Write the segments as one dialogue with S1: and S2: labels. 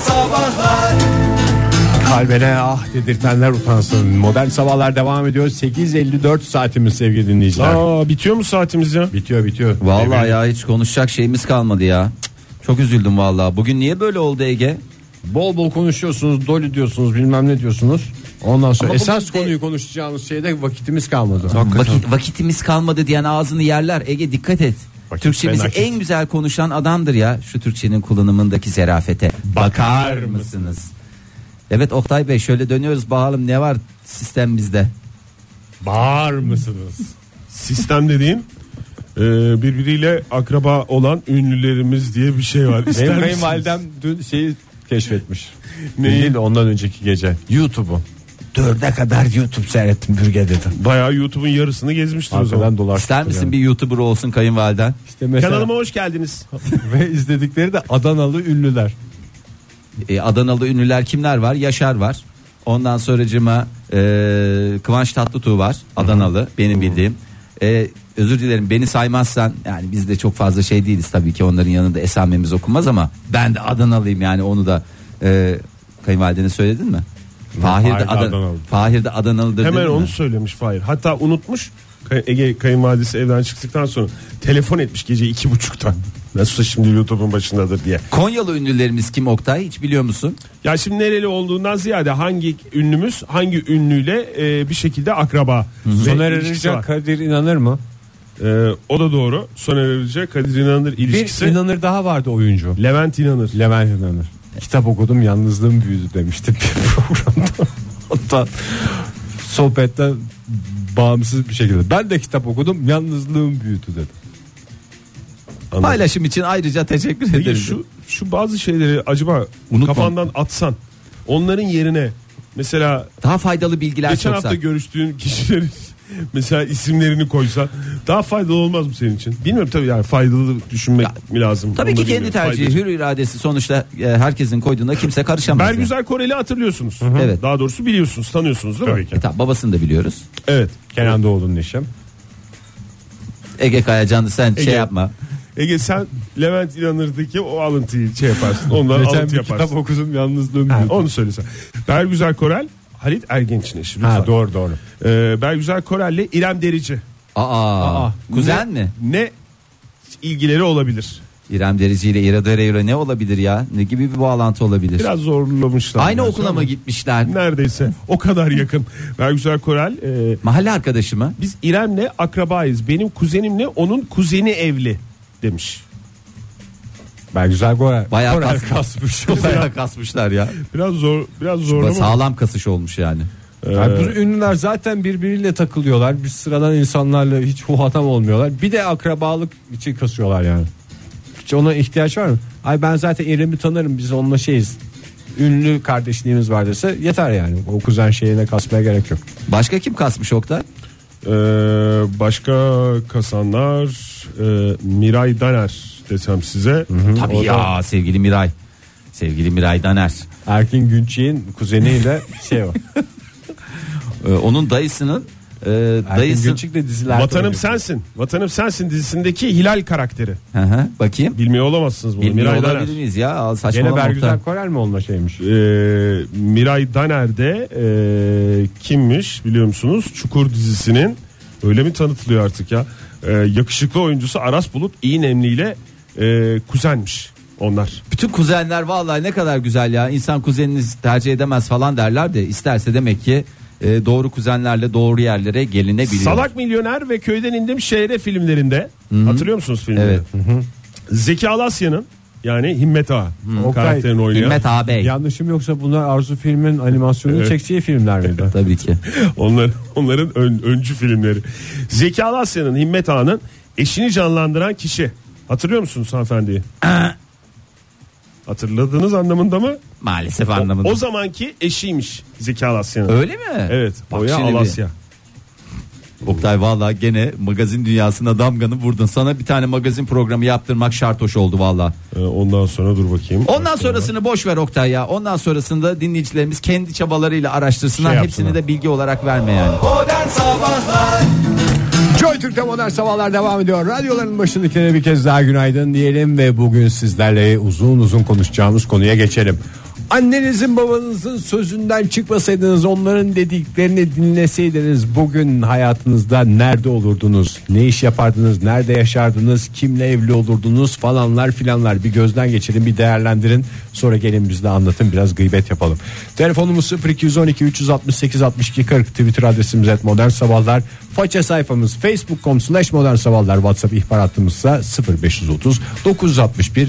S1: sabahlar
S2: Kalbine ah dedirtenler utansın. Modern sabahlar devam ediyor. 8.54 saatimiz sevgili dinleyiciler.
S3: Aa bitiyor mu saatimiz ya?
S2: Bitiyor bitiyor. E,
S4: Vallahi
S2: Sevgili-
S4: ya hiç konuşacak şeyimiz kalmadı ya. Cık, Çok üzüldüm vallahi. Bugün niye böyle oldu Ege?
S2: Bol bol konuşuyorsunuz, dolu diyorsunuz, bilmem ne diyorsunuz. Ondan sonra
S4: Ama bugün
S2: esas
S4: de-
S2: konuyu konuşacağımız şeyde vakitimiz kalmadı.
S4: Vakit, vakitimiz kalmadı diyen ağzını yerler. Ege dikkat et.
S2: Vakit
S4: Türkçemizi
S2: felaket.
S4: en güzel konuşan adamdır ya. Şu Türkçenin kullanımındaki zerafete. Bakar mısınız? Evet Oktay Bey şöyle dönüyoruz bakalım ne var sistem bizde.
S2: Bağır mısınız?
S3: Sistem dediğin e, birbiriyle akraba olan ünlülerimiz diye bir şey var. İster
S2: Benim
S3: misiniz?
S2: kayınvalidem dün şeyi keşfetmiş.
S3: Neyi?
S2: Değil de ondan önceki gece. YouTube'u.
S1: Dörde kadar YouTube seyrettim bürge dedim
S3: Bayağı YouTube'un yarısını gezmiştir o zaman.
S2: Arkadan dolar.
S4: İster misin bir YouTuber olsun kayınvaliden?
S2: İşte mesela-
S3: Kanalıma hoş geldiniz.
S2: ve izledikleri de Adanalı ünlüler.
S4: E, Adanalı ünlüler kimler var? Yaşar var. Ondan sonracıma e, Kıvanç Tatlıtuğ var. Adanalı benim bildiğim. E, özür dilerim beni saymazsan yani biz de çok fazla şey değiliz tabii ki onların yanında esamemiz okunmaz ama ben de Adanalıyım yani onu da e, kayınvalidene söyledin mi? Fahir de,
S3: Fahir de
S4: Adan-
S3: Adanalı.
S4: Fahir de Adanalı'dır
S3: Hemen
S4: dedin
S3: onu
S4: mi?
S3: söylemiş Fahir. Hatta unutmuş. Kay- Ege kayınvalidesi evden çıktıktan sonra telefon etmiş gece iki buçuktan. Nasılsa şimdi YouTube'un başındadır diye.
S4: Konyalı ünlülerimiz kim Oktay hiç biliyor musun?
S3: Ya şimdi nereli olduğundan ziyade hangi ünlümüz hangi ünlüyle e, bir şekilde akraba. ve
S2: Soner
S3: ilişkisi
S2: Arıca
S3: var.
S2: Kadir inanır mı?
S3: E, o da doğru. Soner Arıca Kadir İnanır ilişkisi.
S2: Bir inanır daha vardı oyuncu.
S3: Levent İnanır.
S2: Levent inanır. Kitap okudum yalnızlığım büyüdü demişti bir programda. Hatta sohbetten bağımsız bir şekilde. Ben de kitap okudum yalnızlığım büyüdü dedi.
S3: Anladım.
S4: Paylaşım için ayrıca teşekkür
S3: Peki
S4: ederim.
S3: şu şu bazı şeyleri acaba
S4: Unutma.
S3: kafandan atsan onların yerine mesela
S4: Daha faydalı bilgiler
S3: geçen
S4: soksak.
S3: hafta görüştüğün kişilerin mesela isimlerini koysan daha faydalı olmaz mı senin için? Bilmiyorum tabii yani faydalı düşünmek mi lazım?
S4: Tabii
S3: Onu
S4: ki
S3: da
S4: kendi
S3: bilmiyorum.
S4: tercihi,
S3: Faydalı.
S4: hür iradesi sonuçta e, herkesin koyduğunda kimse karışamaz. yani.
S3: Bergüzar Koreli hatırlıyorsunuz.
S4: Evet.
S3: Daha doğrusu biliyorsunuz, tanıyorsunuz değil mi?
S2: Tabii ki.
S4: E, tamam, babasını da biliyoruz.
S3: Evet.
S2: Kenan Doğulu'nun eşim.
S4: Ege Kayacan'ı sen
S3: Ege.
S4: şey yapma.
S3: Ege sen Levent İnanır'daki o alıntıyı şey yaparsın. Ondan
S2: Geçen
S3: alıntı
S2: bir
S3: yaparsın.
S2: kitap okudum yalnızlığım
S3: Ha,
S2: büyüdü.
S3: onu söylesen. Bergüzar Korel, Halit Ergenç'in eşi. lütfen.
S2: Ha, doğru doğru.
S3: Ee, Bergüzar Korel'le İrem Derici.
S4: Aa, kuzen mi?
S3: Ne ilgileri olabilir?
S4: İrem Derici ile İra Dere ne olabilir ya? Ne gibi bir bağlantı olabilir?
S3: Biraz zorlamışlar.
S4: Aynı
S3: Biraz
S4: okula
S3: ama
S4: mı gitmişler?
S3: Neredeyse. O kadar yakın. Bergüzar Korel. e,
S4: Mahalle arkadaşı mı?
S3: biz İrem'le akrabayız. Benim kuzenimle onun kuzeni evli demiş.
S2: Ben güzel Gorer.
S4: Bayağı
S2: Gorer
S4: kas-
S2: kasmış.
S4: Bayağı kasmışlar ya.
S3: Biraz zor, biraz zorlama.
S4: Sağlam kasış olmuş yani.
S2: Yani bu ünlüler zaten birbiriyle takılıyorlar. Bir sıradan insanlarla hiç huhatam olmuyorlar. Bir de akrabalık için kasıyorlar yani. Hiç ona ihtiyaç var mı? Ay ben zaten İrem'i tanırım biz onunla şeyiz. Ünlü kardeşliğimiz var dese yeter yani. O kuzen şeyine kasmaya gerek yok.
S4: Başka kim kasmış Oktay?
S3: Ee, başka kasanlar e, Miray Daner desem size.
S4: Tabii
S3: O da-
S4: ya sevgili Miray. Sevgili Miray Daner.
S2: Erkin Günçey'in kuzeniyle şey var.
S4: Ee, onun dayısının e,
S2: Erkin
S4: dayısı.
S2: Günçek de dizilerde.
S3: Vatanım
S2: oynuyor.
S3: sensin. Vatanım sensin dizisindeki Hilal karakteri.
S4: Hı hı, Bakayım.
S3: Bilmiyor olamazsınız bunu.
S4: Bilmiyor
S3: Miray Daner.
S4: olabilir miyiz ya? Al,
S2: Gene
S4: Saçmalama Oktay.
S2: Bergüzar Korel mi onunla şeymiş?
S3: Ee, Miray Daner de e, kimmiş biliyor musunuz? Çukur dizisinin öyle mi tanıtılıyor artık ya? Ee, yakışıklı oyuncusu Aras Bulut İğnemli ile e, kuzenmiş onlar.
S4: Bütün kuzenler vallahi ne kadar güzel ya. İnsan kuzeniniz tercih edemez falan derler de isterse demek ki e, doğru kuzenlerle doğru yerlere gelinebiliyor.
S3: Salak Milyoner ve Köyden İndim Şehre filmlerinde hatırlıyor musunuz filmleri?
S4: Evet.
S3: Zeki Alasya'nın yani Himmet Ağa
S2: Oktay,
S3: karakterini oynayan.
S4: Himmet ağabey.
S2: Yanlışım yoksa bunlar Arzu filmin animasyonunu
S3: Evet.
S2: çektiği filmler miydi?
S4: Tabii ki.
S3: Onlar, onların ön- öncü filmleri. Zeki Alasya'nın Himmet Ağa'nın eşini canlandıran kişi. Hatırlıyor musunuz hanımefendiyi?
S4: Ee,
S3: Hatırladığınız anlamında mı?
S4: Maalesef
S3: O-
S4: anlamında.
S3: O, zamanki eşiymiş Zeki Alasya'nın.
S4: Öyle mi?
S3: Evet.
S4: Bak
S3: Boya
S4: şimdi bir-
S3: Alasya.
S4: Oktay vallahi gene magazin dünyasına damganı vurdun. Sana bir tane magazin programı yaptırmak şart hoş oldu valla.
S3: Ee, ondan sonra dur bakayım.
S4: Ondan sonrasını boş ver Oktay ya. Ondan sonrasında dinleyicilerimiz kendi çabalarıyla araştırsınlar.
S3: Şey
S4: Hepsini
S3: yapsınlar.
S4: de bilgi olarak verme yani.
S1: Modern Sabahlar
S2: Joy Türk'te modern sabahlar devam ediyor. Radyoların başındakilere bir kez daha günaydın diyelim ve bugün sizlerle uzun uzun konuşacağımız konuya geçelim. Annenizin babanızın sözünden çıkmasaydınız onların dediklerini dinleseydiniz bugün hayatınızda nerede olurdunuz? Ne iş yapardınız? Nerede yaşardınız? Kimle evli olurdunuz? Falanlar filanlar bir gözden geçirin bir değerlendirin. Sonra gelin biz de anlatın biraz gıybet yapalım. Telefonumuz 0212 368 62 40 Twitter adresimiz et modern sabahlar. Faça sayfamız facebook.com slash modern sabahlar. Whatsapp ihbar hattımız ise 0530 961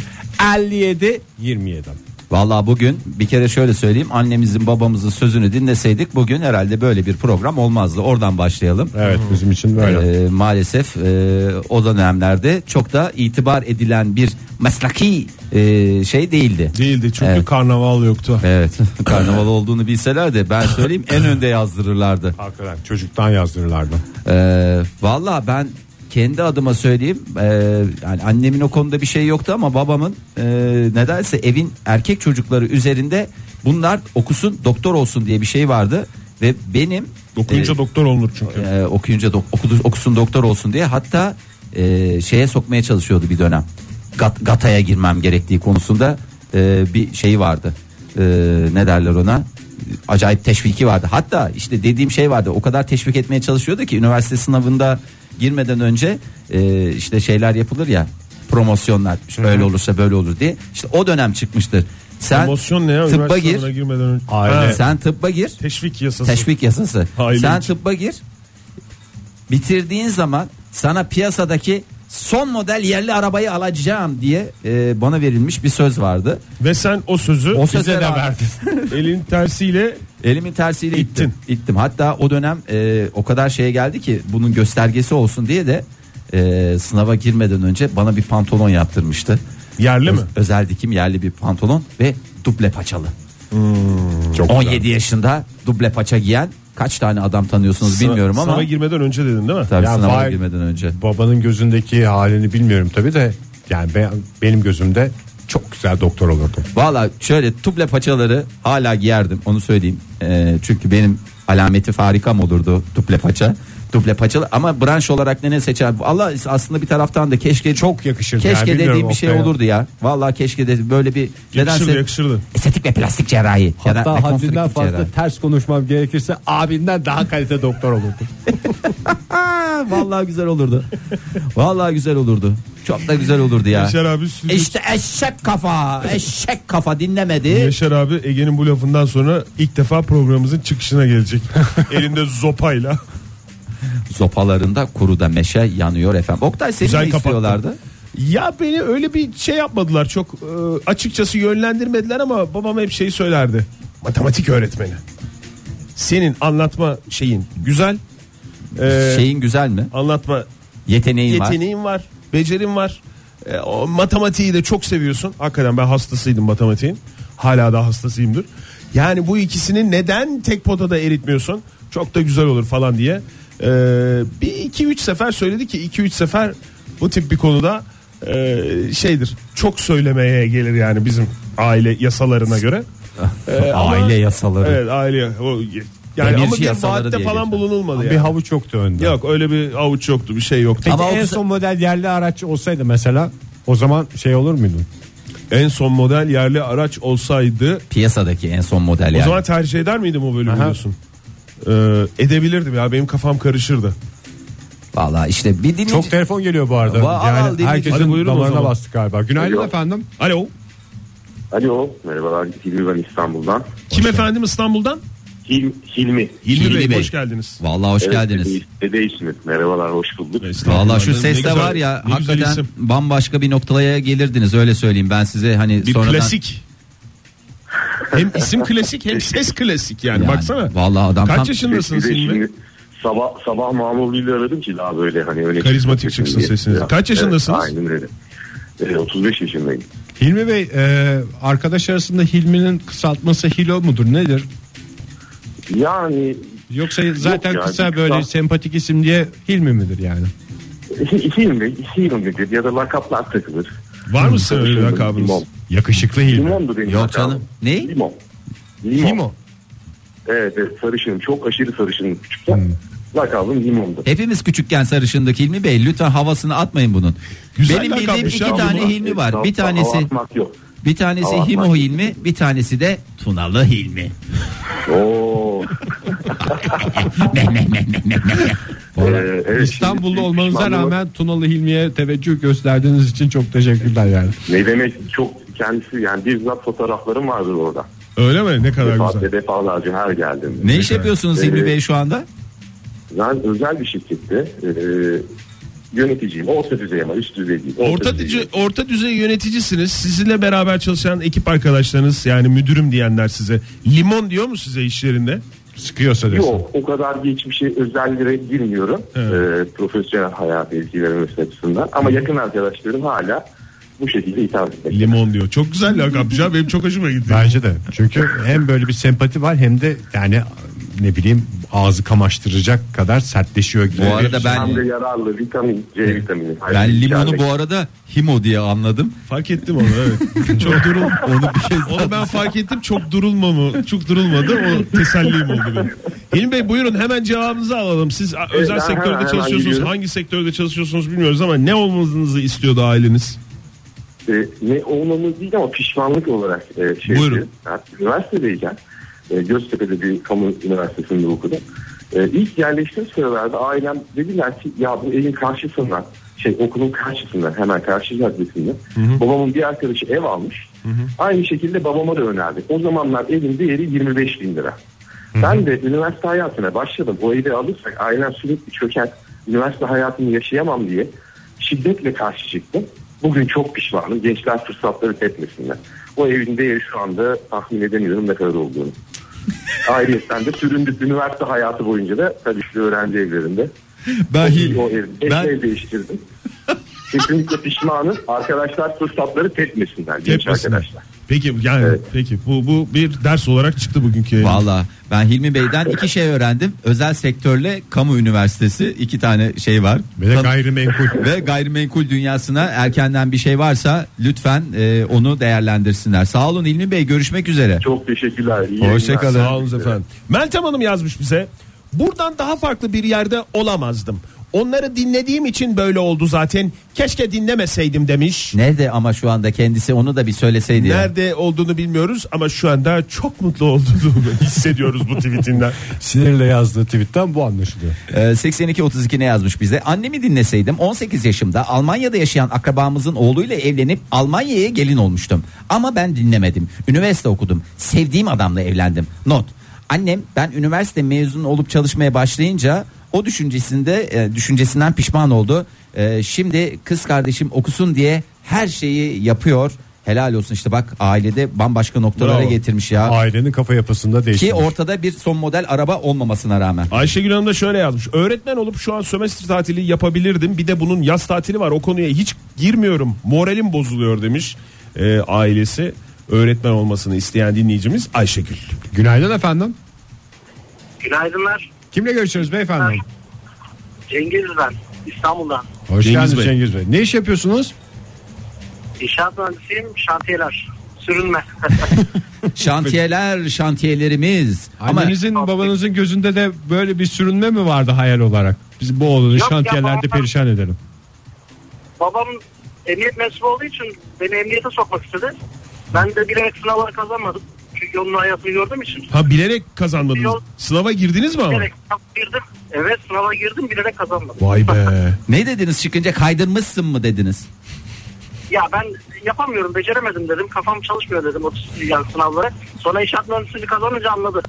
S2: 57 27.
S4: Vallahi bugün bir kere şöyle söyleyeyim annemizin babamızın sözünü dinleseydik bugün herhalde böyle bir program olmazdı. Oradan başlayalım.
S2: Evet
S3: Hmm.
S2: bizim için böyle.
S4: Ee, maalesef e, o dönemlerde çok da itibar edilen bir mesleki e, şey değildi.
S3: Değildi çünkü
S4: Evet.
S3: karnaval yoktu.
S4: Evet karnaval olduğunu bilselerdi ben söyleyeyim en önde yazdırırlardı.
S2: Hakikaten çocuktan yazdırırlardı.
S4: Ee, Valla ben kendi adıma söyleyeyim ee, yani annemin o konuda bir şey yoktu ama babamın ee, nedense evin erkek çocukları üzerinde bunlar okusun doktor olsun diye bir şey vardı ve benim
S3: Okuyunca
S4: ee,
S3: doktor olunur çünkü.
S4: e, okuyunca dok- okudu- okusun doktor olsun diye hatta e, şeye sokmaya çalışıyordu bir dönem. Gat- gataya girmem gerektiği konusunda e, bir şey vardı. E, ne derler ona? Acayip teşviki vardı. Hatta işte dediğim şey vardı. O kadar teşvik etmeye çalışıyordu ki üniversite sınavında girmeden önce e, işte şeyler yapılır ya promosyonlar işte öyle olursa böyle olur diye. İşte o dönem çıkmıştır. Sen
S3: Promosyon ne ya?
S4: tıbba
S3: Üniversite
S4: gir.
S3: sınavına girmeden önce.
S2: Aile.
S3: Ha,
S4: Sen tıbba gir.
S3: teşvik yasası.
S4: Teşvik yasası.
S3: Aile
S4: Sen
S3: için.
S4: tıbba gir. Bitirdiğin zaman sana piyasadaki son model yerli arabayı alacağım diye e, bana verilmiş bir söz vardı.
S3: Ve sen o sözü
S4: O söze rağmen-
S3: elin tersiyle
S4: Elimin tersiyle
S3: İttin.
S4: ittim. İttim. Hatta o dönem e, o kadar şeye geldi ki bunun göstergesi olsun diye de e, sınava girmeden önce bana bir pantolon yaptırmıştı.
S3: yerli mi?
S4: Öz- özel dikim yerli bir pantolon ve duble paçalı.
S2: Çok
S4: 17 yaşında duble paça giyen kaç tane adam tanıyorsunuz bilmiyorum ama
S3: Sınava girmeden önce dedin değil mi?
S4: tabii
S2: Ya
S4: sınava
S2: vay-
S4: girmeden önce.
S2: Babanın gözündeki halini bilmiyorum tabi de yani ben- benim gözümde çok güzel doktor olurdum.
S4: Valla şöyle tuple paçaları hala giyerdim onu söyleyeyim. Ee, çünkü benim alameti farikam olurdu tuple paça. Tuple paçalı ama branş olarak ne ne seçer? Allah aslında bir taraftan da keşke
S2: Çok yakışırdı yani,
S4: Keşke
S2: bilmiyorum
S4: dediğim bir şey
S2: Oktay ya.
S4: olurdu ya. Valla keşke de böyle bir
S3: Yakışırdı yakışırdı.
S4: estetik ve plastik cerrahi ya da
S2: Hatta
S4: rekonstrüktif
S2: haddinden fazla
S4: cerrahi.
S2: ters konuşmam gerekirse abinden daha kalite doktor olurdum.
S4: Aa, vallahi güzel olurdu. vallahi güzel olurdu. Çok da güzel olurdu ya.
S3: Yaşar abi stüdyo-
S4: İşte eşek kafa, eşek kafa dinlemedi.
S3: Yaşar abi Ege'nin bu lafından sonra ilk defa programımızın çıkışına gelecek. Elinde zopayla.
S4: Zopalarında kuru da meşe yanıyor efendim. Oktay seni
S3: Güzel
S4: ne
S3: kapattın.
S4: istiyorlardı?
S3: Ya beni öyle bir şey yapmadılar çok e, açıkçası yönlendirmediler ama babam hep şeyi söylerdi. Matematik öğretmeni. Senin anlatma şeyin güzel. E,
S4: Şeyin güzel mi?
S3: anlatma
S4: Yeteneğin var.
S3: yeteneğin var, becerin var. E, o matematiği de çok seviyorsun. Hakikaten ben hastasıydım matematiğin. Hala da hastasıyımdır. Yani bu ikisini neden tek potada eritmiyorsun? Çok da güzel olur falan diye. E, bir iki üç sefer söyledi ki iki üç sefer bu tip bir konuda e, şeydir. Çok söylemeye gelir yani bizim aile yasalarına göre. E, ama-
S4: Aile yasaları.
S3: Evet aile. O, yani
S4: Demirci
S3: ama bir
S4: yasaları
S3: vaatte
S4: diye
S3: falan
S4: geçer.
S3: bulunulmadı
S2: bir
S3: yani.
S2: havuç yoktu önde.
S3: Yok öyle bir avuç yoktu bir şey yoktu.
S2: Peki
S4: Ama o
S2: en
S4: güzel-
S2: son model yerli araç olsaydı mesela o zaman şey olur muydun?
S3: En son model yerli araç olsaydı
S4: Piyasadaki en son model
S3: o
S4: yani.
S3: zaman tercih eder miydim o bölümü
S2: Aha.
S3: diyorsun? Ee, edebilirdim ya benim kafam karışırdı.
S4: Valla işte bir dinleyici.
S2: Çok telefon geliyor bu arada.
S4: Va- al, al,
S2: yani
S4: dinleyici.
S3: Hadi
S2: herkesin
S3: buyurun o
S2: damarına
S3: zaman.
S2: bastık galiba. Günaydın
S5: Alo.
S2: efendim.
S3: Alo.
S5: Alo merhabalar Hilmi ben İstanbul'dan.
S3: Kim efendim İstanbul'dan?
S5: Hil, Hilmi.
S3: Hilmi,
S4: Hilmi
S3: Bey,
S4: Bey.
S3: hoş geldiniz.
S4: Valla hoş
S5: Evet,
S4: geldiniz.
S5: dede- Dedeysiniz. Merhabalar hoş bulduk.
S4: Valla şu
S3: Ne
S4: sesle
S3: güzel-
S4: var ya
S3: ne güzel
S4: hakikaten
S3: isim.
S4: bambaşka bir noktaya gelirdiniz öyle söyleyeyim ben size hani
S3: bir
S4: sonradan.
S3: klasik. hem isim klasik hem ses klasik yani,
S4: Yani
S3: baksana.
S4: Vallahi adam
S3: Kaç
S4: tam-
S3: yaşındasınız
S5: Bir de
S3: Hilmi?
S5: şimdi Sabah sabah mamurluğuyla aradım ki daha böyle hani öyle
S3: Karizmatik çıksın sesiniz. Kaç yaşındasınız?
S5: Evet, aynen öyle. Ee, 35 yaşındayım.
S2: Hilmi Bey e, arkadaş arasında Hilmi'nin kısaltması Hilo mudur nedir?
S5: Yani
S2: Yoksa zaten
S5: Yok ya,
S2: kısa
S5: bir
S2: böyle
S5: kısalt-
S2: sempatik isim diye Hilmi midir yani?
S5: Hilmi, Hilmi dedi ya da lakaplar takılır.
S3: Var mı sizin öyle
S5: Konuşuyorum,
S3: lakabınız?
S5: Limon.
S2: Yakışıklı Hilmi.
S5: Limondu benim
S4: Yok
S5: lakabım.
S4: canım. Ne?
S5: Limon.
S2: Himo.
S5: Evet, evet sarışın çok aşırı sarışın küçükken.
S3: Hmm.
S5: Lakabım limondu.
S4: Hepimiz küçükken sarışındaki Hilmi Bey lütfen havasını atmayın bunun.
S3: Güzel
S4: Benim
S3: lakapmış
S4: bildiğim iki
S3: ya bu.
S4: tane Hilmi var. Bir
S5: Estağfurullah,
S4: tanesi
S5: hava atmak yok.
S4: Bir tanesi
S5: Allah'ım.
S4: Himo Hilmi, bir tanesi de Tunalı Hilmi.
S5: Oo.
S4: Meh, meh, meh, meh, meh, meh.
S5: Ee,
S2: Vallahi
S5: evet, şimdi
S2: İstanbul'da
S5: bir
S2: olmanıza
S5: pişmanlığı-
S2: rağmen Tunalı Hilmi'ye teveccüh gösterdiğiniz için çok teşekkürler yani.
S5: Ne demek çok kendisi yani bizzat fotoğraflarım vardır orada.
S3: Öyle mi? Ne kadar güzel.
S5: Defaatle defalarca her geldim.
S4: ne iş yapıyorsunuz Hilmi
S5: Ee,
S4: Bey şu anda?
S5: Ben özel bir şirkette e, yöneticiyim. Orta düzey ama üst düzey değil.
S3: Orta, düzey, orta düzey yöneticisiniz. Sizinle beraber çalışan ekip arkadaşlarınız yani müdürüm diyenler size. Limon diyor mu size işlerinde?
S2: Sıkıyorsa desin.
S5: Yok o kadar geçmişe özellere girmiyorum.
S3: Evet.
S5: E, profesyonel hayat ilgilerim açısından. Ama yakın arkadaşlarım hala bu şekilde hitap etmek.
S3: Limon diyor. Çok güzel lakap ya benim çok hoşuma gitti.
S2: Bence de. Çünkü hem böyle bir sempati var hem de yani ne bileyim ağzı kamaştıracak kadar sertleşiyor gibi. şey.
S4: Bu arada
S5: Hem de
S4: ben
S5: yararlı vitamin, C vitamini.
S4: ben limonu
S5: Yani-
S4: bu arada Himo diye anladım.
S3: Fark ettim onu evet. çok durul.
S4: Onu bir kez daha-
S3: Onu ben fark ettim çok durulmamı, çok durulmadı o tesellim oldu benim. Hilmi Bey buyurun hemen cevabınızı alalım. Siz a- özel
S5: ben
S3: sektörde
S5: hemen- hemen
S3: çalışıyorsunuz.
S5: gidiyorum.
S3: Hangi sektörde çalışıyorsunuz bilmiyoruz ama ne olmanızı istiyordu aileniz?
S5: e, ne olmamız değil ama pişmanlık olarak e, şey
S3: Buyurun.
S5: diyorum. Ben üniversitedeyken e, Göztepe'de bir kamu üniversitesinde okudum. E, ilk yerleştiğim sıralarda ailem dediler ki ya bu evin karşısından şey okulun karşısından hemen karşı caddesinde babamın bir arkadaşı ev almış. Aynı şekilde babama da önerdi. O zamanlar evin değeri 25 bin lira. Ben de üniversite hayatına başladım. O evi alırsak ailem sürekli çöker. Üniversite hayatını yaşayamam diye şiddetle karşı çıktım. Bugün çok pişmanım. Gençler fırsatları tepmesinler. O evin değeri şu anda tahmin edemiyorum ne kadar olduğunu. Ayrıyeten de süründük üniversite hayatı boyunca da tabii şu öğrenci evlerinde.
S4: ben, Hil-
S5: O ev, ev,
S4: ben-
S5: ev değiştirdim. Kesinlikle pişmanım. Arkadaşlar fırsatları tepmesinler. Genç
S3: Tepmasınlar.
S5: arkadaşlar.
S3: Peki yani
S5: Evet.
S3: peki bu bu bir ders olarak çıktı bugünkü yayın.
S4: Valla ben Hilmi Bey'den iki şey öğrendim. Özel sektörle kamu üniversitesi iki tane şey var.
S2: Ve de
S4: Tan-
S2: gayrimenkul.
S4: ve gayrimenkul dünyasına erkenden bir şey varsa lütfen e, onu değerlendirsinler. Sağ olun Hilmi Bey görüşmek üzere.
S5: Çok teşekkürler. İyi
S4: Hoşça
S5: yayınlar.
S4: kalın.
S3: Sağ olun efendim. Meltem Hanım yazmış bize. Buradan daha farklı bir yerde olamazdım. Onları dinlediğim için böyle oldu zaten. Keşke dinlemeseydim demiş.
S4: Nerede ama şu anda kendisi onu da bir söyleseydi. ya.
S3: Nerede olduğunu bilmiyoruz ama şu anda çok mutlu olduğunu hissediyoruz bu tweetinden.
S2: Sinirle yazdığı tweetten bu anlaşılıyor.
S4: Ee, 8232 ne yazmış bize? Annemi dinleseydim 18 yaşımda Almanya'da yaşayan akrabamızın oğluyla evlenip Almanya'ya gelin olmuştum. Ama ben dinlemedim. Üniversite okudum. Sevdiğim adamla evlendim. Not. Annem ben üniversite mezun olup çalışmaya başlayınca o düşüncesinde e, düşüncesinden pişman oldu. E, şimdi kız kardeşim okusun diye her şeyi yapıyor. Helal olsun işte bak ailede bambaşka noktalara
S3: Bravo.
S4: getirmiş ya.
S2: Ailenin kafa yapısında
S4: Ki
S2: değişti.
S4: ortada bir son model araba olmamasına rağmen.
S3: Ayşegül Hanım da şöyle yazmış. Öğretmen olup şu an sömestr tatili yapabilirdim. Bir de bunun yaz tatili var. O konuya hiç girmiyorum. Moralim bozuluyor demiş Ee, ailesi. Öğretmen olmasını isteyen dinleyicimiz Ayşegül.
S2: Günaydın efendim.
S6: Günaydınlar.
S2: Kimle görüşüyoruz beyefendi?
S6: Cengiz ben. İstanbul'dan.
S2: Hoş
S3: Cengiz
S2: geldiniz
S3: Bey.
S2: Cengiz Bey. Ne iş yapıyorsunuz?
S6: İnşaat mühendisiyim. Şantiyeler. Sürünme.
S4: Şantiyeler şantiyelerimiz. Ama
S2: Annenizin babanızın gözünde de böyle bir sürünme mi vardı hayal olarak? Biz bu oğlanı
S6: ya,
S2: şantiyelerde
S6: babam-
S2: perişan edelim.
S6: Babam emniyet mensubu olduğu için beni emniyete sokmak istedi. Ben de bilerek sınavları kazanmadım. Çünkü onun hayatını gördüğüm için.
S3: Ha bilerek kazanmadınız. Sınava girdiniz mi ama?
S6: Bilerek sınava girdim. Evet sınava girdim bilerek kazanmadım.
S3: Vay be.
S4: ne dediniz çıkınca kaydırmışsın mı dediniz?
S6: Ya ben yapamıyorum beceremedim dedim. Kafam çalışmıyor dedim o yani sınavlara. Sonra inşaat mühendisliği kazanınca anladı.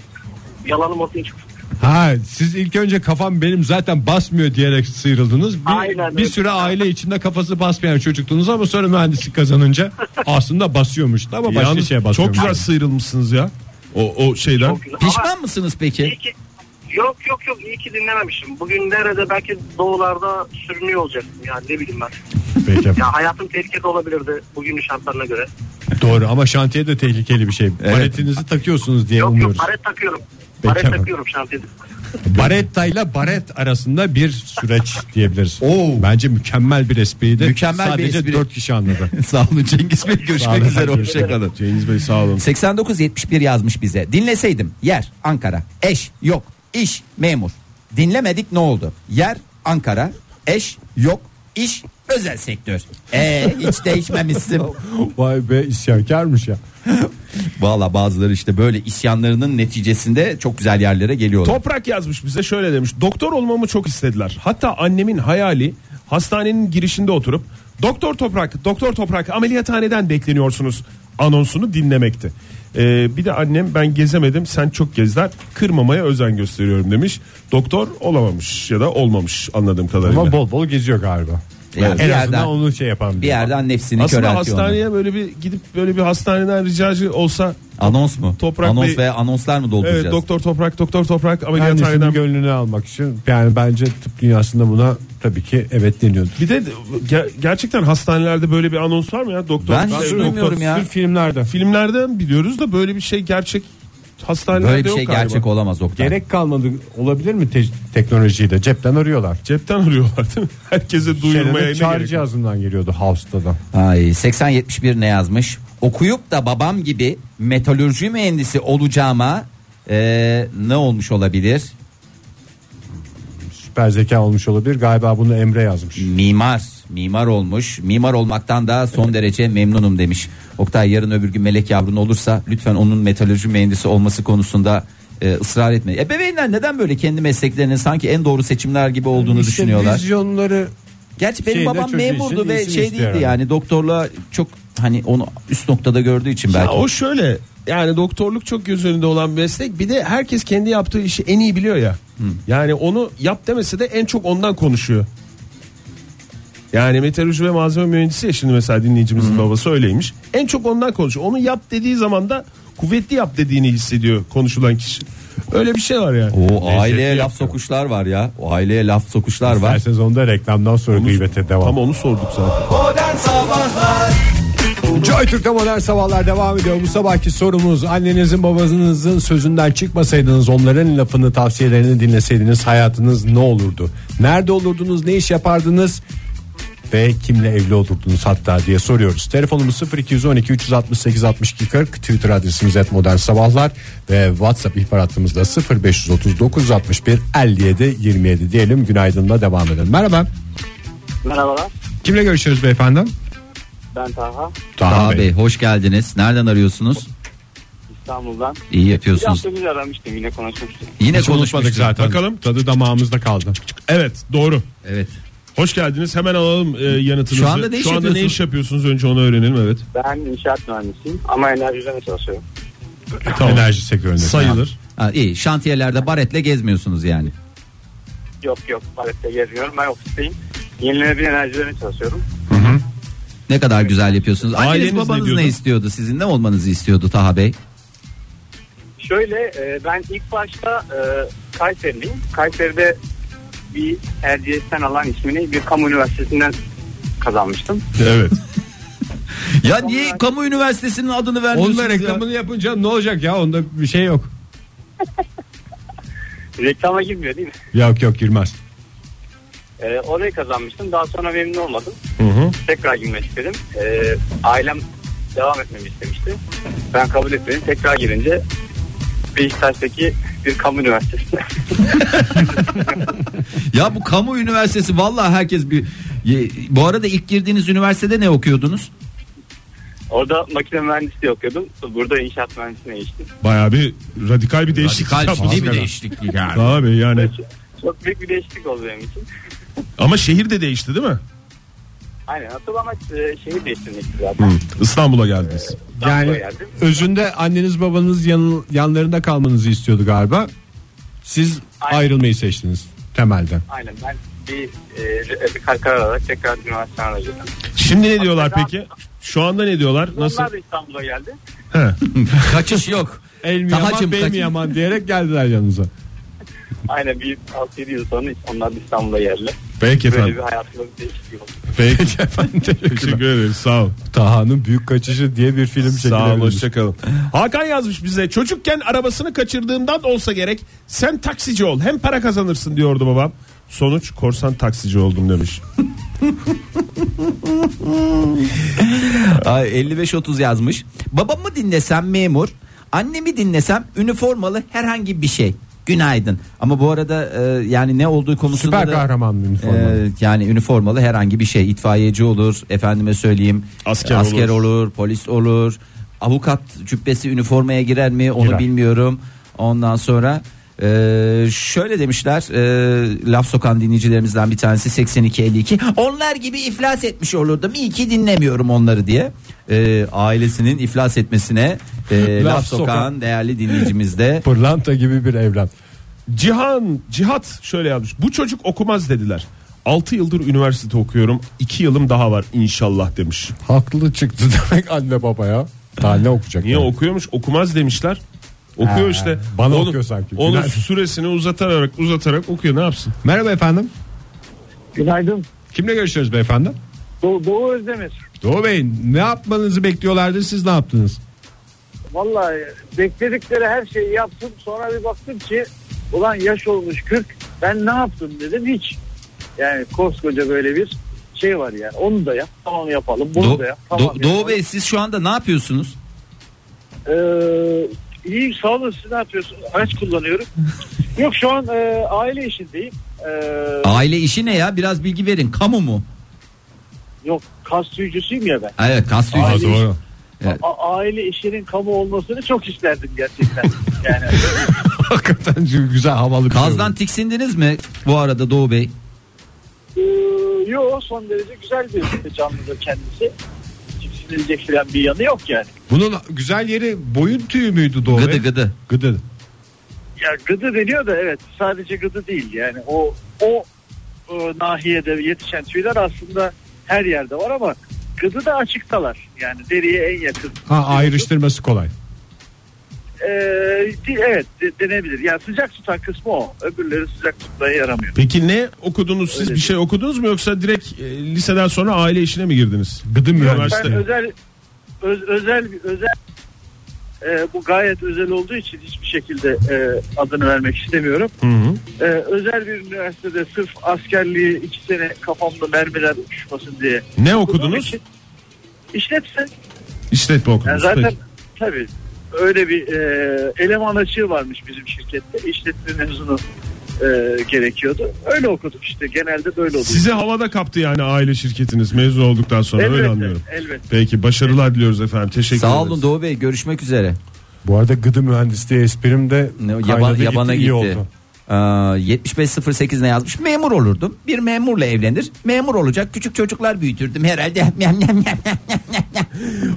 S6: Yalanım ortaya çıktı.
S2: Ha siz ilk önce kafam benim zaten basmıyor diyerek sıyrıldınız. Bir,
S6: Aynen
S2: bir
S6: öyle.
S2: süre aile içinde kafası basmayan çocuktunuz ama sonra mühendislik kazanınca aslında basıyormuştu ama başka
S3: Yalnız
S2: şeye
S3: çok
S2: basıyormuş.
S3: güzel sıyrılmışsınız ya. O, o şeyden.
S6: Çok güzel. Ama-
S4: Pişman mısınız
S6: İyi
S4: peki?
S6: ki Yok yok yok iyi ki dinlememişim. Bugün nerede belki doğularda sürünüyor olacaktım ya ne bileyim ben.
S2: Peki.
S6: Ya hayatım tehlikede olabilirdi bugünün şartlarına göre.
S2: Doğru ama şantiye de tehlikeli bir şey.
S4: Evet.
S2: Baretinizi takıyorsunuz diye
S6: Yok
S2: umuyoruz.
S6: yok baret takıyorum.
S2: Peki
S6: baret
S2: abi.
S6: takıyorum şantiyede.
S2: Baretta ile baret arasında bir süreç diyebiliriz. Bence mükemmel bir espriydi.
S4: Mükemmel bir
S2: Sadece
S4: espri.
S2: 4 kişi anladı.
S4: Sağ olun Cengiz Bey
S2: Sağ
S4: görüşmek
S2: olun.
S4: üzere hoşçakalın.
S3: Cengiz Bey sağ olun.
S4: 8971 yazmış bize. Dinleseydim yer Ankara. Eş yok. iş memur. Dinlemedik ne oldu? Yer Ankara. Eş yok. iş Özel sektör. Ee, hiç de içmemişsin.
S2: Vay be isyankarmış ya.
S4: Valla bazıları işte böyle isyanlarının neticesinde çok güzel yerlere geliyorlar.
S3: Toprak yazmış bize şöyle demiş. Doktor olmamı çok istediler. Hatta annemin hayali hastanenin girişinde oturup Doktor Toprak, Doktor Toprak ameliyathaneden bekleniyorsunuz anonsunu dinlemekti. Ee, bir de annem ben gezemedim sen çok gezler kırmamaya özen gösteriyorum demiş. Doktor olamamış ya da olmamış anladığım kadarıyla.
S2: Ama bol bol geziyor galiba.
S4: Yani
S2: en
S4: bir
S2: azından
S4: yerden-
S2: onu şey yapan
S4: Bir yerden nefsini
S3: Aslında
S4: köreltiyor. onu.
S3: hastaneye böyle bir gidip böyle bir hastaneden ricacı olsa
S4: Anons mu?
S3: Toprak
S4: Anons
S3: Bey-
S4: ve anonslar mı dolduracağız?
S3: evet, Doktor Toprak, Doktor Toprak
S2: Annesinin
S3: ameliyathaneden
S2: gönlünü almak için yani bence tıp dünyasında buna tabii ki evet deniyordu.
S3: Bir de ge- gerçekten hastanelerde böyle bir anons var mı ya? Doktor,
S4: Ben hiç
S3: doktor-
S4: duymuyorum ya.
S2: Sırf filmlerde.
S3: Filmlerden biliyoruz da böyle bir şey gerçek hastanelerde
S4: Böyle bir
S3: yok
S4: şey
S3: galiba.
S4: gerçek olamaz Oktay.
S2: Gerek kalmadı olabilir mi te- teknolojiyle? Cepten arıyorlar.
S3: Cepten arıyorlar değil mi? Herkese duyurmaya
S2: Şeylerde
S3: ne
S2: çağrı
S3: gerek var?
S2: cihazından geliyordu House'da da.
S4: Ay 8071 ne yazmış? Okuyup da babam gibi metalürji mühendisi olacağıma e, ne olmuş olabilir?
S2: Süper zeka olmuş olabilir. Galiba bunu Emre yazmış.
S4: Mimar, mimar olmuş. Mimar olmaktan da son derece memnunum demiş. Oktay yarın öbür gün melek yavrun olursa lütfen onun metalürji mühendisi olması konusunda e, ısrar etme. Ebeveynler neden böyle kendi mesleklerinin sanki en doğru seçimler gibi olduğunu
S2: İşte
S4: düşünüyorlar?
S2: Vizyonları
S4: Gerçi benim
S2: Şeyle
S4: babam
S2: çocuğu
S4: memurdu
S2: için
S4: ve
S2: iyisini
S4: şey
S2: istiyor
S4: değildi
S2: herhalde.
S4: yani doktorluğa çok hani onu üst noktada gördüğü için
S3: Ya
S4: belki.
S3: o şöyle yani doktorluk çok göz önünde olan bir meslek bir de herkes kendi yaptığı işi en iyi biliyor ya. Yani onu yap demese de en çok ondan konuşuyor. Yani meteoroloji ve malzeme mühendisi ya şimdi mesela dinleyicimizin babası öyleymiş. En çok ondan konuşuyor. Onu yap dediği zaman da kuvvetli yap dediğini hissediyor konuşulan kişi. Öyle bir şey var yani.
S4: O aileye
S3: Lezzetli
S4: laf sokuşlar var ya. O aileye laf sokuşlar var.
S2: Her onda reklamdan sonra gıybete devam.
S3: Tam onu sorduk zaten.
S1: Modern Sabahlar
S2: Joy Türk'te modern sabahlar devam ediyor. Bu sabahki sorumuz annenizin babanızın sözünden çıkmasaydınız onların lafını tavsiyelerini dinleseydiniz hayatınız ne olurdu? Nerede olurdunuz? Ne iş yapardınız? Ve kimle evli olurdunuz hatta diye soruyoruz. Telefonumuz 0212 368 62 40 Twitter adresimiz et modern sabahlar ve WhatsApp ihbar hattımızda 0539 61 57 27 diyelim. Günaydınla devam edelim. Merhaba.
S6: Merhabalar
S2: Kimle görüşüyoruz beyefendi?
S6: ben Taha
S4: Taha Bey hoş geldiniz. Nereden arıyorsunuz?
S6: İstanbul'dan.
S4: İyi
S6: Bir
S4: yapıyorsunuz.
S6: hafta önce aramıştım yine konuşmuştuk.
S4: Yine
S2: Hiç unutmadık
S4: konuşmadık zaten.
S2: zaten.
S3: Bakalım.
S2: Tadı damağımızda kaldı.
S3: Evet doğru.
S4: Evet.
S3: Hoş geldiniz. Hemen alalım e, yanıtınızı.
S4: Şu anda ne iş
S3: anda ne
S4: yapıyorsun?
S3: iş yapıyorsunuz? Önce onu öğrenelim evet.
S6: Ben inşaat mühendisiyim ama enerji üzerine çalışıyorum.
S3: Tamam.
S2: Enerji sektöründe.
S3: Sayılır.
S4: Ha, iyi. Şantiyelerde baretle gezmiyorsunuz yani.
S6: Yok yok palette gezmiyorum ben ofisteyim. Yenilenebilir enerji üzerine çalışıyorum.
S4: Ne kadar güzel yapıyorsunuz. Anneniz
S3: Aileniz ne
S4: babanız ne,
S3: diyordu?
S4: istiyordu? Sizin ne olmanızı istiyordu Taha Bey?
S6: Şöyle e, ben ilk başta e, Kayseriliyim. Kayseri'de bir RGS'den alan ismini bir kamu üniversitesinden kazanmıştım.
S3: Evet.
S4: Ya niye kamu üniversitesinin adını vermiyorsunuz?
S2: Onunla reklamını yapınca ne olacak ya? Onda bir şey yok.
S6: Reklama girmiyor değil mi?
S2: Yok yok girmez.
S6: E, orayı kazanmıştım. Daha sonra memnun olmadım. Tekrar girmek istedim. E, ailem devam etmemi istemişti. Ben kabul etmedim. Tekrar girince Beşiktaş'taki bir kamu üniversitesine.
S4: Ya bu kamu üniversitesi vallahi herkes bir... Ye- Bu arada ilk girdiğiniz üniversitede ne okuyordunuz?
S6: Orada makine mühendisliği okuyordum. Burada inşaat mühendisliğine geçtim.
S3: Bayağı bir radikal bir değişiklik yaptınız.
S4: ciddi bir değişiklik yani.
S3: Abi yani
S6: Çok büyük bir değişiklik oldu benim için.
S3: ama şehir de değişti değil mi?
S6: Aynen hatırlı amaç e, şehir değiştirmekti zaten.
S3: İstanbul'a geldiniz.
S2: Yani
S6: geldim.
S2: özünde anneniz babanız yan, yanlarında kalmanızı istiyordu galiba. Siz
S6: Aynen.
S2: ayrılmayı seçtiniz temelde.
S6: Aynen ben bir, e, bir karar alarak tekrar üniversiteden girdim.
S3: Şimdi ne diyorlar peki? Şu anda ne diyorlar? Nasıl?
S6: Onlar da İstanbul'a geldi.
S4: Kaçış yok.
S2: El mi
S4: Tahacım,
S2: yaman bey
S4: kaç-
S2: mi yaman diyerek geldiler yanınıza.
S6: Aynen bir 6-7 yıl sonra onlar da İstanbul'a geldiler.
S3: Peki
S6: Böyle bir
S3: efendim.
S6: hayatımda bir değişiklik oldu.
S2: Peki efendim teşekkürler.
S3: Teşekkür ederiz. Sağ ol.
S2: Taha'nın büyük kaçışı diye bir film
S3: Sağ ol.
S2: çekilebilir.
S3: Hoşçakalın. Hakan yazmış bize. Çocukken arabasını kaçırdığımdan olsa gerek sen taksici ol. Hem para kazanırsın diyordu babam. Sonuç korsan taksici oldum demiş.
S4: Ay, 55-30 yazmış. Babamı dinlesem memur, annemi dinlesem üniformalı herhangi bir şey. günaydın. Ama bu arada e, yani ne olduğu konusunda
S2: Süper
S4: da,
S2: kahraman bir üniforma.
S4: e, yani üniformalı herhangi bir şey itfaiyeci olur efendime söyleyeyim
S3: Asker olur.
S4: olur. polis olur avukat cübbesi üniformaya girer mi onu
S2: Girer.
S4: bilmiyorum ondan sonra e, şöyle demişler e, laf sokan dinleyicilerimizden bir tanesi 8252 onlar gibi iflas etmiş olurdum iyi ki dinlemiyorum onları diye E, ailesinin iflas etmesine e, laf,
S2: Laf
S4: sokan,
S2: sokan.
S4: değerli dinleyicimiz de
S2: Pırlanta gibi bir evlat.
S3: Cihan, Cihat şöyle yazmış. Bu çocuk okumaz dediler. 6 yıldır üniversite okuyorum. 2 yılım daha var inşallah demiş.
S2: Haklı çıktı demek anne baba ya. Daha ne okuyacak?
S3: Niye
S2: yani?
S3: okuyormuş okumaz demişler. Okuyor işte.
S2: bana
S3: Onun-
S2: okuyor sanki.
S3: Onun
S2: Günaydın.
S3: süresini uzatarak uzatarak okuyor ne yapsın?
S2: Merhaba efendim.
S7: Günaydın.
S2: Kimle görüşüyoruz beyefendi?
S7: Doğu, Doğu Özdemir.
S2: Doğu Bey ne yapmanızı bekliyorlardı siz ne yaptınız?
S7: Vallahi bekledikleri her şeyi yaptım. Sonra bir baktım ki ulan yaş olmuş 40. Ben ne yaptım dedim hiç. Yani koskoca böyle bir şey var ya. Onu da yap. Tamam yapalım. Bunu
S4: Do-
S7: da yap.
S4: Do-
S7: Tamam
S4: Doğu
S7: yapalım.
S4: Bey siz şu anda ne yapıyorsunuz?
S7: Ee, iyi sağ olun siz ne yapıyorsunuz? Araç kullanıyorum. Yok şu an e, aile işindeyim. Ee,
S4: Aile işi ne ya? Biraz bilgi verin. Kamu mu?
S7: yok kastüyücüsüyüm ya ben.
S4: Ha, Evet, kastüyü.
S7: Aa,
S4: Doğru.
S2: doğru.
S7: A- aile işinin kamu olmasını çok isterdim gerçekten. Yani
S2: Hakikaten güzel havalı bir şey oldu.
S4: Kazdan tiksindiniz mi bu arada Doğu Bey?
S7: Ee, Yo son derece güzel bir canlıdır kendisi. Tiksinilecek falan bir yanı yok yani.
S2: Bunun güzel yeri boyun tüyü müydü Doğu
S4: Gıdı
S2: Bey?
S4: gıdı.
S2: Gıdı.
S7: Ya gıdı deniyor da evet sadece gıdı değil yani o o e, nahiyede yetişen tüyler aslında her yerde var ama gıdı da açıktalar. Yani deriye en yakın.
S2: Ha, ayrıştırması kolay.
S7: Ee, di- evet de- denebilir. Yani sıcak tutan kısmı o. Öbürleri sıcak tutmaya yaramıyor.
S3: Peki ne okudunuz siz
S7: Öyle
S3: bir
S7: değil.
S3: şey okudunuz mu yoksa direkt e, liseden sonra aile işine mi girdiniz?
S2: Gıdı
S7: Ben
S3: Üniversite.
S2: mühendisliği.
S7: özel öz- özel özel e, bu gayet özel olduğu için hiçbir şekilde e, adını vermek istemiyorum. E, özel bir üniversitede sırf askerliği iki sene kafamda mermiler uçmasın diye.
S3: Ne
S7: okuduğum
S3: okudunuz?
S7: için İşletsin.
S3: İşletme
S7: Yani
S3: okudunuz.
S7: zaten
S3: Peki.
S7: tabii öyle bir e, eleman açığı varmış bizim şirkette. İşletme mezunu e, gerekiyordu. Öyle okuduk işte. Genelde böyle oluyor.
S3: Sizi havada kaptı yani aile şirketiniz mezun olduktan sonra öyle anlıyorum.
S7: elbette.
S3: Peki başarılar diliyoruz efendim. Teşekkür
S4: Sağ
S3: ederiz.
S4: olun Doğu Bey görüşmek üzere.
S2: Bu arada gıdı mühendisliği esprim de
S4: Ne,
S2: kaynadı
S4: yaba-
S2: gitti,
S4: yabana
S2: iyi
S4: gitti.
S2: oldu.
S4: Ee, 7508 ne yazmış? Memur olurdum. Bir memurla evlenir. Memur olacak. Küçük çocuklar büyütürdüm herhalde. Nyam, nyam, nyam.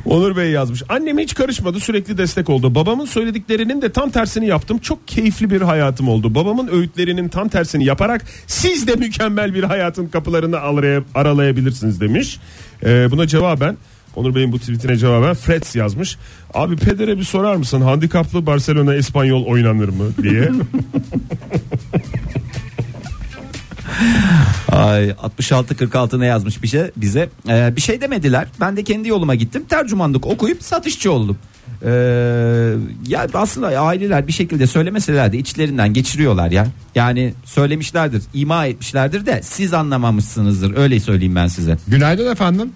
S3: Onur Bey yazmış. Annem hiç karışmadı sürekli destek oldu. Babamın söylediklerinin de tam tersini yaptım. Çok keyifli bir hayatım oldu. Babamın öğütlerinin tam tersini yaparak siz de mükemmel bir hayatın kapılarını araya- aralayabilirsiniz demiş. Ee, buna cevaben Onur Bey'in bu tweetine cevaben Freds yazmış. Abi pedere bir sorar mısın handikaplı Barcelona İspanyol oynanır mı diye.
S4: Ay 66 46 ne yazmış bir şey bize? Ee, bir şey demediler. Ben de kendi yoluma gittim. Tercümanlık okuyup satışçı oldum. Ee, ya aslında aileler bir şekilde söylemeseler de içlerinden geçiriyorlar ya. Yani söylemişlerdir, ima etmişlerdir de siz anlamamışsınızdır. Öyle söyleyeyim ben size.
S2: Günaydın efendim.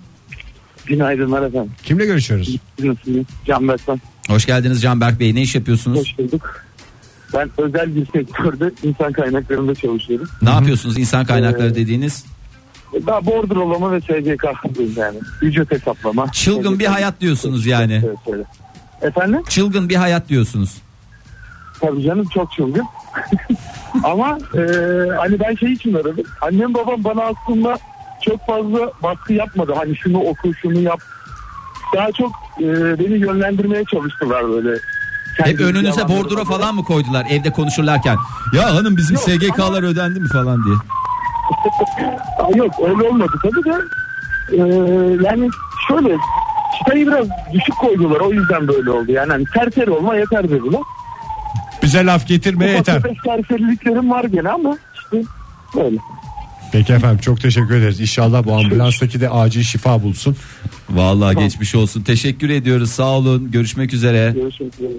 S7: Günaydınlar efendim.
S2: Kimle görüşüyoruz?
S7: Nasılsınız? Can Bertan.
S4: Hoş geldiniz Canberk Bey. Ne iş yapıyorsunuz?
S7: Hoş bulduk. Ben özel bir sektörde insan kaynaklarında çalışıyorum. Ee, e,
S4: Ne yapıyorsunuz insan kaynakları dediğiniz?
S7: Daha bordrolama ve SGK'lıyım yani. Ücret hesaplama.
S4: Çılgın bir hayat diyorsunuz yani.
S7: Evet, öyle. Efendim?
S4: Çılgın bir hayat diyorsunuz.
S7: Tabii canım çok çılgın. Ama e, hani ben şey için aradım. Annem babam bana aslında çok fazla baskı yapmadı. Hani şunu oku şunu yap. Daha çok e, beni yönlendirmeye çalıştılar böyle.
S4: Hep
S7: Kendi
S4: önünüze
S7: yalanlarına
S4: bordura
S7: göre.
S4: falan mı koydular evde konuşurlarken? Ya hanım bizim
S7: Yok,
S4: SGK'lar ödendi mi falan diye.
S7: Aa, Yok öyle olmadı tabii de. Ee, yani şöyle çıtayı biraz düşük koydular o yüzden böyle oldu. Yani hani serseri olma yeter dediler.
S2: Bize laf getirmeye
S7: Ufak
S2: yeter.
S7: tefek serseriliklerim var gene ama işte böyle.
S2: Peki efendim çok teşekkür ederiz. İnşallah bu ambulanstaki de acil şifa bulsun.
S4: Vallahi geçmiş olsun. Teşekkür ediyoruz. Sağ olun. Görüşmek üzere.
S7: Görüşmek üzere.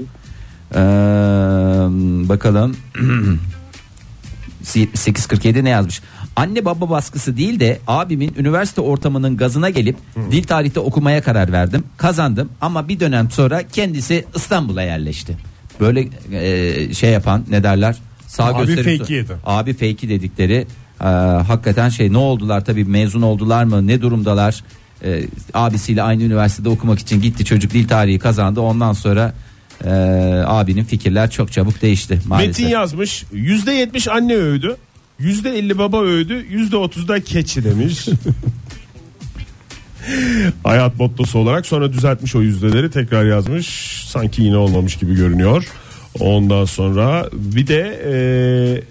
S4: Ee, bakalım. 847 ne yazmış? Anne baba baskısı değil de abimin üniversite ortamının gazına gelip dil tarihte okumaya karar verdim. Kazandım ama bir dönem sonra kendisi İstanbul'a yerleşti. Böyle e, şey yapan ne derler? Sağ
S2: Abi
S4: gösterim-
S2: fake'iydi.
S4: Abi fake'i dedikleri e, hakikaten şey ne oldular tabii mezun oldular mı ne durumdalar E, abisiyle aynı üniversitede okumak için gitti çocuk dil tarihi kazandı ondan sonra e, abinin fikirler çok çabuk değişti maalesef.
S3: Metin yazmış. %70 anne övdü. %50 baba övdü. %30 da keçi demiş. Hayat mottosu olarak sonra düzeltmiş o yüzdeleri tekrar yazmış. Sanki yine olmamış gibi görünüyor. Ondan sonra bir de eee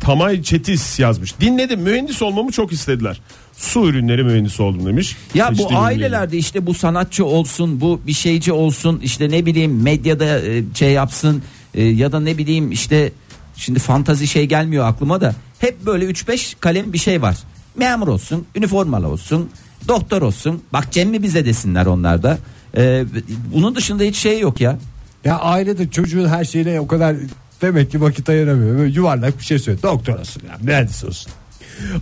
S3: Tamay Çetis yazmış. Dinledim mühendis olmamı çok istediler. Su ürünleri mühendisi oldum demiş.
S4: Ya
S3: Hiç
S4: bu
S3: dinlemedim.
S4: ailelerde işte bu sanatçı olsun, bu bir şeyci olsun, işte ne bileyim medyada e, şey yapsın e, ya da ne bileyim işte şimdi fantazi şey gelmiyor aklıma da hep böyle 3-5 kalem bir şey var. Memur olsun, üniformalı olsun, doktor olsun. Bak Cem mi bize desinler onlar da. E, bunun dışında hiç şey yok ya.
S2: Ya ailede çocuğun her şeyine o kadar demek ki vakit ayıramıyor. Böyle yuvarlak bir şey söylüyor. Doktor olsun ya mühendis olsun.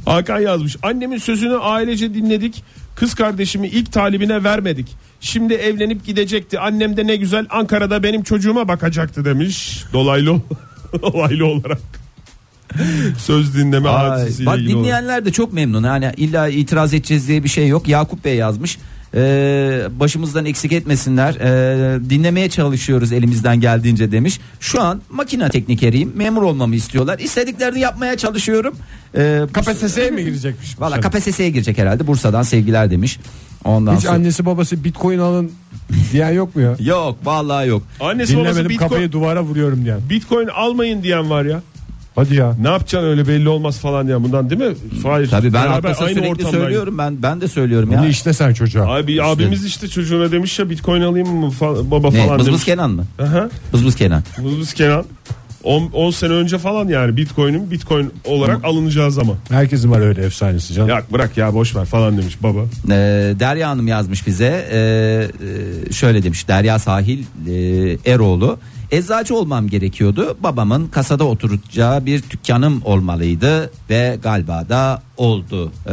S3: Hakan yazmış. Annemin sözünü ailece dinledik. Kız kardeşimi ilk talibine vermedik. Şimdi evlenip gidecekti. Annem de ne güzel Ankara'da benim çocuğuma bakacaktı demiş. Dolaylı dolaylı olarak. Söz dinleme
S4: Ay,
S3: hadisesiyle
S4: bak
S3: ilgili olarak.
S4: dinleyenler de çok memnun. Yani illa itiraz edeceğiz diye bir şey yok. Yakup Bey yazmış. Ee, başımızdan eksik etmesinler. Ee, dinlemeye çalışıyoruz elimizden geldiğince demiş. Şu an makine teknikeriyim. Memur olmamı istiyorlar. İstediklerini yapmaya çalışıyorum. Ee,
S2: KPSS'ye mi girecekmiş? bu
S4: Valla
S2: sene?
S4: KPSS'ye girecek herhalde. Bursa'dan sevgiler demiş. Ondan
S2: Hiç
S4: sonra...
S2: annesi babası bitcoin alın diyen yok mu ya?
S4: Yok vallahi yok.
S3: Annesi babası
S2: Dinlemedim
S3: Bitcoin,
S2: kafayı duvara vuruyorum diyen.
S3: Bitcoin almayın diyen var ya.
S2: Hadi ya.
S3: Ne yapacaksın öyle belli olmaz falan diyen bundan değil mi? Hayır.
S4: Tabii ben
S3: Beraber
S4: Atlas'a
S3: aynı
S4: sürekli
S3: ortamdayız.
S4: söylüyorum. Ben ben de söylüyorum ya.
S2: Bunu işte sen çocuğa.
S3: Abi abimiz işte çocuğuna demiş ya Bitcoin alayım mı fa- baba
S4: Ne?
S3: falan
S4: Mızmız
S3: demiş.
S4: Kenan mı?
S3: Aha.
S4: Mızmız Kenan.
S3: Muzbuz Kenan 10 sene önce falan yani Bitcoin'in Bitcoin olarak alınacağı zaman.
S2: Herkesin var öyle efsanesi canım.
S3: Ya bırak ya boş ver falan demiş baba.
S4: Ee, Derya Hanım yazmış bize Ee, e, şöyle demiş Derya Sahil e, Eroğlu eczacı olmam gerekiyordu babamın kasada oturacağı bir dükkanım olmalıydı ve galiba da oldu Ee,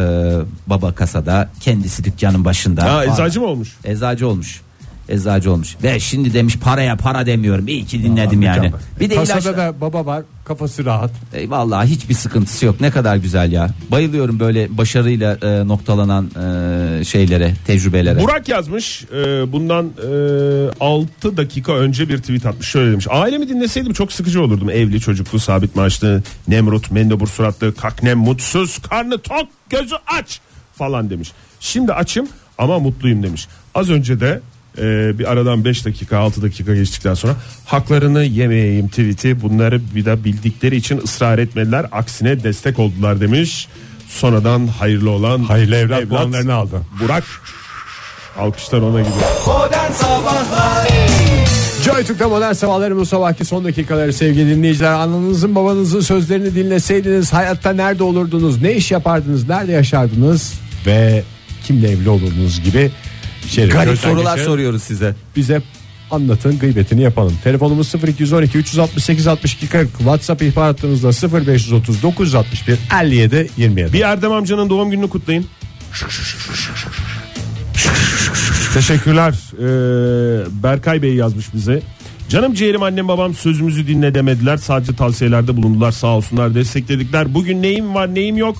S4: baba kasada kendisi dükkanın başında
S3: Ha
S4: Var.
S3: eczacı mı olmuş?
S4: eczacı olmuş eczacı olmuş ve şimdi demiş paraya para demiyorum iyi ki dinledim yani bir de
S2: Kasada
S4: ilaçla-
S2: da baba var kafası rahat.
S4: Ey, vallahi hiçbir sıkıntısı yok. Ne kadar güzel ya. Bayılıyorum böyle başarıyla e, noktalanan e, şeylere, tecrübelere.
S3: Burak yazmış e, bundan 6 dakika önce bir tweet atmış şöyle demiş. Ailemi dinleseydim çok sıkıcı olurdum. Evli çocuklu sabit maaşlı Nemrut mendebur suratlı kaknem mutsuz karnı tok gözü aç falan demiş. Şimdi açım ama mutluyum demiş. Az önce de e, bir aradan 5 dakika 6 dakika geçtikten sonra haklarını yemeyeyim tweet'i bunları bir de bildikleri için ısrar etmediler aksine destek oldular demiş. Sonradan hayırlı olan
S2: Hayırlı evlat, puanlarını aldı.
S3: Burak Alkışlar ona gidiyor.
S1: Modern Sabahlar
S2: Joy Türk'te modern sabahların bu sabahki son dakikaları sevgili dinleyiciler. Ananızın babanızın sözlerini dinleseydiniz hayatta nerede olurdunuz, ne iş yapardınız, nerede yaşardınız ve kimle evli olurdunuz gibi şeyleri
S4: Garip
S2: gözden
S4: sorular
S2: geçirelim.
S4: soruyoruz
S3: E,
S4: size.
S2: bize anlatın gıybetini yapalım. Telefonumuz 0212 368 62 40 WhatsApp ihbar hattımızda 0530 961 57 27.
S3: Bir Erdem amcanın doğum gününü kutlayın. Teşekkürler. Ee, Berkay Bey yazmış bize. Canım ciğerim annem babam sözümüzü dinle demediler. Sadece tavsiyelerde bulundular sağ olsunlar destekledikler. Bugün neyim var neyim yok?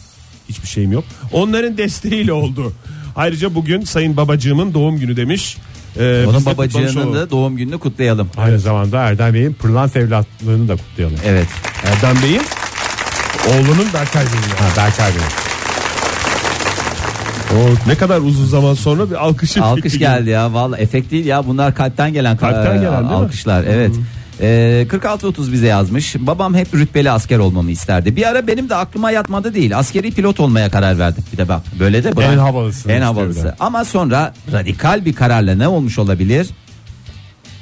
S3: Hiçbir şeyim yok. Onların desteğiyle oldu. Ayrıca bugün sayın babacığımın doğum günü demiş. Ee, biz
S4: Onun
S3: de kutlamış
S4: babacığının
S3: olalım.
S4: da doğum gününü kutlayalım.
S2: Aynı zamanda Erdem Bey'in pırlant evlatlığını da kutlayalım.
S4: Evet.
S3: Erdem Bey'in oğlunun Berkay Bey'in.
S2: Ha, Berkay Bey.
S3: O ne kadar uzun zaman sonra bir alkışı
S4: Alkış
S3: fikri
S4: geldi ya. Vallahi efekt değil ya. Bunlar kalpten gelen
S3: Kalpten
S4: e,
S3: gelen değil mi?
S4: alkışlar. Evet. Ee, 4630 bize yazmış. Babam hep rütbeli asker olmamı isterdi. Bir ara benim de aklıma yatmadı değil. Askeri pilot olmaya karar verdim. Bir de bak böyle de bırak.
S2: En havalısını
S4: En
S2: istiyor
S4: havalısı.
S2: bir de.
S4: Ama sonra radikal bir kararla ne olmuş olabilir?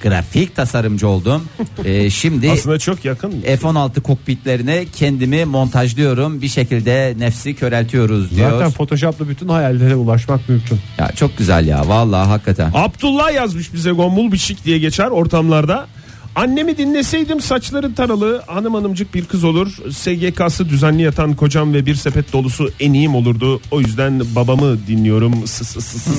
S4: Grafik tasarımcı oldum. Ee, şimdi
S3: Aslında çok yakın.
S2: E-
S4: F-16 kokpitlerine kendimi montajlıyorum. Bir şekilde nefsi köreltiyoruz diyor.
S2: Zaten Photoshop'la bütün hayallere ulaşmak mümkün.
S4: Ya çok güzel ya. Vallahi hakikaten.
S3: Abdullah yazmış bize gombul biçik diye geçer ortamlarda. Annemi dinleseydim saçları taralı hanım hanımcık bir kız olur. SGK'sı düzenli yatan kocam ve bir sepet dolusu eniğim olurdu. O yüzden babamı dinliyorum. Sı- sı- sı- sı-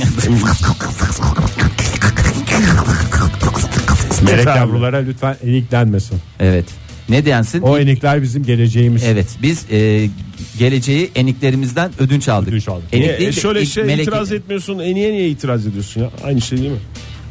S2: Melek
S3: Efendim?
S2: yavrulara lütfen eniklenmesin.
S4: Evet. Ne densin?
S2: O enikler bizim geleceğimiz.
S4: Evet biz e, geleceği eniklerimizden ödünç aldık.
S2: Ödünç aldık.
S4: Enik
S3: Niye?
S4: değil
S3: E,
S4: de
S3: şöyle
S4: ilk
S3: şey
S4: melek-
S3: itiraz etmiyorsun. E niye niye itiraz ediyorsun ya? Aynı şey değil mi?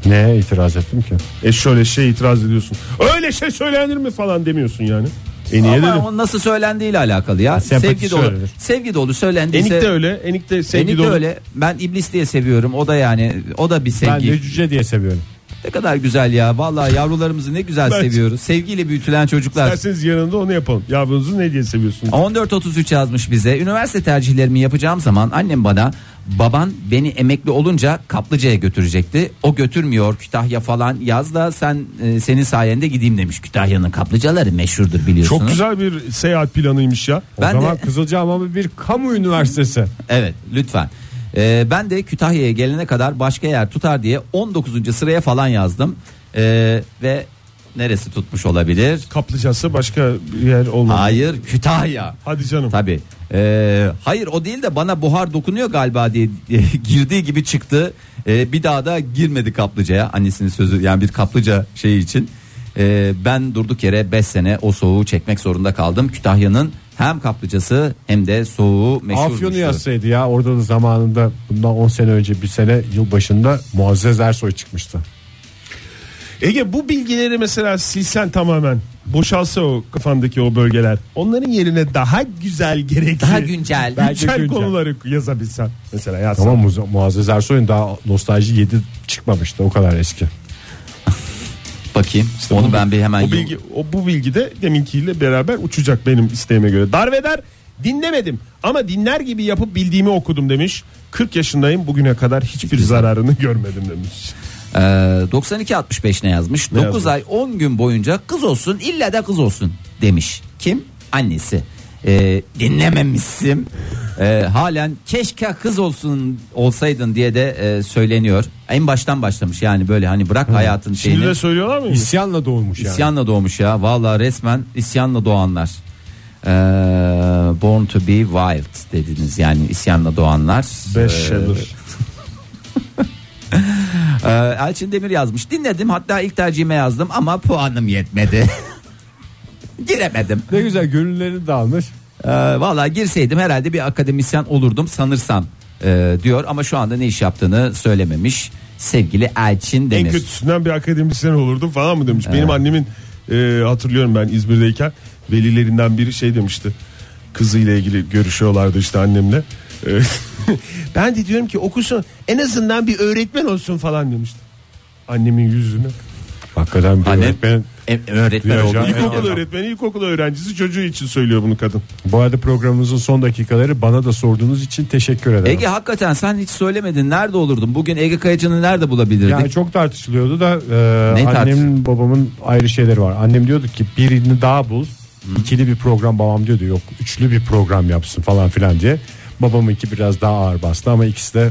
S2: Neye itiraz ettim ki?
S3: E şöyle şey itiraz ediyorsun. Öyle şey söylenir mi falan demiyorsun yani. E niye dedim?
S4: Ama o nasıl söylendiğiyle alakalı ya.
S2: Sempati
S4: sevgi dolu.
S2: söylenir.
S4: Sevgi dolu söylendiyse.
S3: Enik de öyle. Enik de sevgi
S4: Enik de
S3: dolu.
S4: öyle. Ben iblis diye seviyorum. O da yani o da bir
S2: Ben de
S4: sevgi.
S2: cüce diye seviyorum.
S4: Ne kadar güzel ya. Vallahi yavrularımızı ne güzel
S3: Ben-
S4: seviyoruz. Sevgiyle büyütülen çocuklar.
S3: Derseniz yanında onu yapalım. Yavrunuzu ne diye seviyorsunuz?
S4: 14.33 yazmış bize. Üniversite tercihlerimi yapacağım zaman annem bana baban beni emekli olunca kaplıcaya götürecekti. O götürmüyor Kütahya falan yaz da sen e, senin sayende gideyim demiş. Kütahya'nın kaplıcaları meşhurdur biliyorsunuz.
S3: Çok güzel bir seyahat planıymış ya.
S2: O
S4: Ben de-
S2: zaman Kızılcahamamı bir kamu üniversitesi.
S4: Evet lütfen. Ee, ben de Kütahya'ya gelene kadar başka yer tutar diye 19. sıraya falan yazdım. Ee, ve neresi tutmuş olabilir?
S3: Kaplıcası başka bir yer olmadı.
S4: Hayır Kütahya.
S3: Hadi canım.
S4: Tabi. Ee, hayır o değil de bana buhar dokunuyor galiba diye girdiği gibi çıktı. Ee, bir daha da girmedi kaplıcaya annesinin sözü yani bir kaplıca şeyi için. Ee, ben durduk yere 5 sene o soğuğu çekmek zorunda kaldım. Kütahya'nın hem kaplıcası hem de soğuğu meşhurmuştu.
S2: Afyon'u yazsaydı ya orada da zamanında bundan 10 sene önce bir sene yıl başında Muazzez Ersoy çıkmıştı.
S3: Ege bu bilgileri mesela silsen tamamen. Boşalsa o kafandaki o bölgeler. Onların yerine daha güzel gerekli.
S4: Daha güncel.
S2: Bence
S3: güncel
S2: güncel.
S3: konuları yazabilsen. Mesela yazsan.
S2: Tamam Mu- Muazzez Ersoy'un daha nostalji 7 çıkmamıştı o kadar eski.
S4: Bakayım. Onu ben bir hemen
S3: o bilgi, o bu bilgi de deminkiyle beraber uçacak benim isteğime göre. Darveder dinlemedim ama dinler gibi yapıp bildiğimi okudum demiş. 40 yaşındayım bugüne kadar hiçbir zararını görmedim demiş.
S4: Ee, 9265 ne yazmış? 9
S3: yazmış?
S4: ay 10 gün boyunca kız olsun illa da kız olsun demiş. Kim? Annesi. Ee, dinlememişsin. Ee, halen keşke kız olsun olsaydın diye de e, söyleniyor. En baştan başlamış yani böyle hani bırak hayatın
S3: Şimdi
S4: şeyini.
S3: de söylüyorlar mı?
S2: İsyanla doğmuş yani.
S4: İsyanla doğmuş ya. Vallahi resmen isyanla doğanlar. Ee, born to be wild dediniz yani isyanla doğanlar.
S3: Beş
S4: Ee,
S3: yıldır.
S4: Ee, Elçin Demir yazmış. Dinledim hatta ilk tercihime yazdım ama puanım yetmedi. Giremedim.
S2: Ne güzel gönülleri dağılmış.
S4: Ee, Valla girseydim herhalde bir akademisyen olurdum sanırsam ee, diyor. Ama şu anda ne iş yaptığını söylememiş sevgili Elçin
S3: En
S4: Demir.
S3: kötüsünden bir akademisyen olurdum falan mı demiş. Benim annemin e, hatırlıyorum ben İzmir'deyken velilerinden biri şey demişti. Kızıyla ilgili görüşüyorlardı işte annemle. E, ben de diyorum ki okusun en azından bir öğretmen olsun falan demişti. Annemin yüzüne.
S2: Hakikaten bir
S4: Anne-
S2: öğretmenin-
S4: E, öğretmen
S2: Ya,
S4: oldu.
S2: ya,
S3: İlkokul öğretmeni, ilkokul öğrencisi çocuğu için söylüyor bunu kadın.
S2: Bu arada programımızın son dakikaları bana da sorduğunuz için teşekkür ederim.
S4: Ege hakikaten sen hiç söylemedin. Nerede olurdun? Bugün Ege Kayacı'nı nerede bulabilirdik?
S2: Yani çok tartışılıyordu da
S4: Ne
S2: e,
S4: tartış-
S2: annemin babamın ayrı şeyleri var. Annem diyordu ki birini daha bul. ikili bir program babam diyordu yok üçlü bir program yapsın falan filan diye. Babamınki biraz daha ağır bastı ama ikisi de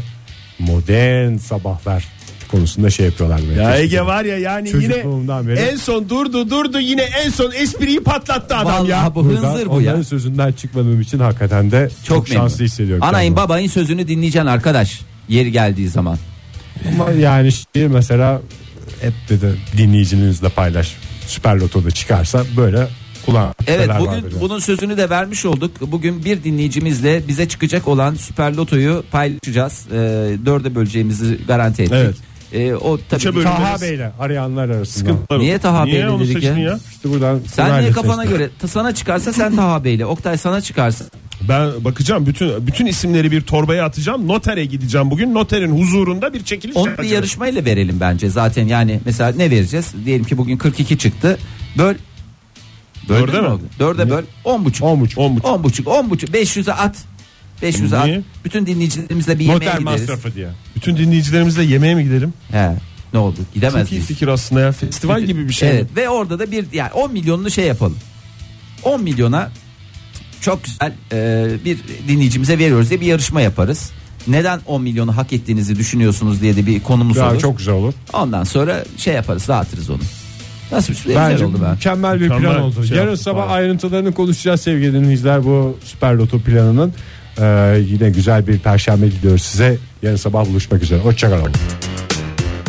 S2: modern sabahlar konusunda şey yapıyorlar. böyle.
S3: Ya
S2: Teşekkür
S3: Ege
S2: ederim.
S3: var ya yani
S2: Çocukluğumdan
S3: yine
S2: beri.
S3: en son durdu durdu yine en son espriyi patlattı adam
S4: Vallahi
S3: ya.
S4: bu
S2: Buradan
S4: hınzır bu
S2: onların
S4: ya.
S2: sözünden çıkmadığım için hakikaten de çok,
S4: Çok
S2: şanslı
S4: memnun.
S2: hissediyorum.
S4: Anayın
S2: kendimi.
S4: babayın sözünü dinleyeceksin arkadaş. Yeri geldiği zaman.
S2: Ama yani şey mesela hep dedi dinleyicinizle paylaş. Süper Loto'da çıkarsa böyle kulağın
S4: Evet
S2: neler vardır
S4: bugün
S2: yani.
S4: bunun sözünü de vermiş olduk. Bugün bir dinleyicimizle bize çıkacak olan Süper Loto'yu paylaşacağız. Ee, dörde böleceğimizi garanti ettik.
S3: Evet.
S4: Ee, o tabii
S3: Üçe
S4: ki-
S3: bölün.
S2: Taha Bey'le arayanlar arasında.
S4: Niye Taha Bey'le
S3: onu
S4: dedik ya?
S3: seçtin ya?
S2: İşte buradan
S4: Sen niye
S2: Koray'la
S4: kafana
S2: seçtim.
S4: göre Ta- sana çıkarsa sen Taha Bey'le Oktay sana çıkarsa
S3: Ben bakacağım bütün bütün isimleri bir torbaya atacağım. Notere gideceğim bugün. Noterin huzurunda bir çekiliş
S4: onu bir
S3: yapacağım.
S4: yarışmayla verelim bence zaten yani mesela ne vereceğiz diyelim ki bugün 42 çıktı böl
S3: Dörde
S4: Böldün
S3: mi?
S4: oldu? Dörde böl 10 buçuk 10
S2: 10 buçuk.
S3: On
S4: 10 buçuk 10 buçuk 500'e at 500'e at
S3: Niye?
S4: bütün dinleyicilerimizle bir yemeğe
S2: Noter
S4: gideriz
S2: masrafı diye.
S3: Bütün dinleyicilerimizle yemeğe mi gidelim?
S4: He, ne oldu gidemez
S3: Çok iyi
S4: miyiz
S3: fikir aslında ya. Festival gibi bir şey.
S4: Evet ve orada da bir yani 10 milyonlu şey yapalım. 10 milyona çok güzel e, bir dinleyicimize veriyoruz diye bir yarışma yaparız. Neden 10 milyonu hak ettiğinizi düşünüyorsunuz diye de bir konumuz
S2: Ya
S4: olur.
S2: çok güzel olur.
S4: Ondan sonra şey yaparız dağıtırız onu. Nasıl bir şey?
S2: Bence
S4: güzel oldu ben.
S2: mükemmel bir
S3: Mükemmel
S2: plan oldu.
S3: şey
S2: Yarın
S3: yaptık
S2: sabah
S3: abi.
S2: ayrıntılarını konuşacağız sevgili dinleyiciler bu Süper Loto planının. Ee, yine güzel bir perşembe diliyoruz size. Yarın sabah buluşmak üzere. Hoşçakalın.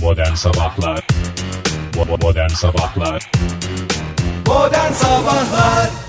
S8: Modern Sabahlar Bo- bo- Modern Sabahlar
S4: Modern Sabahlar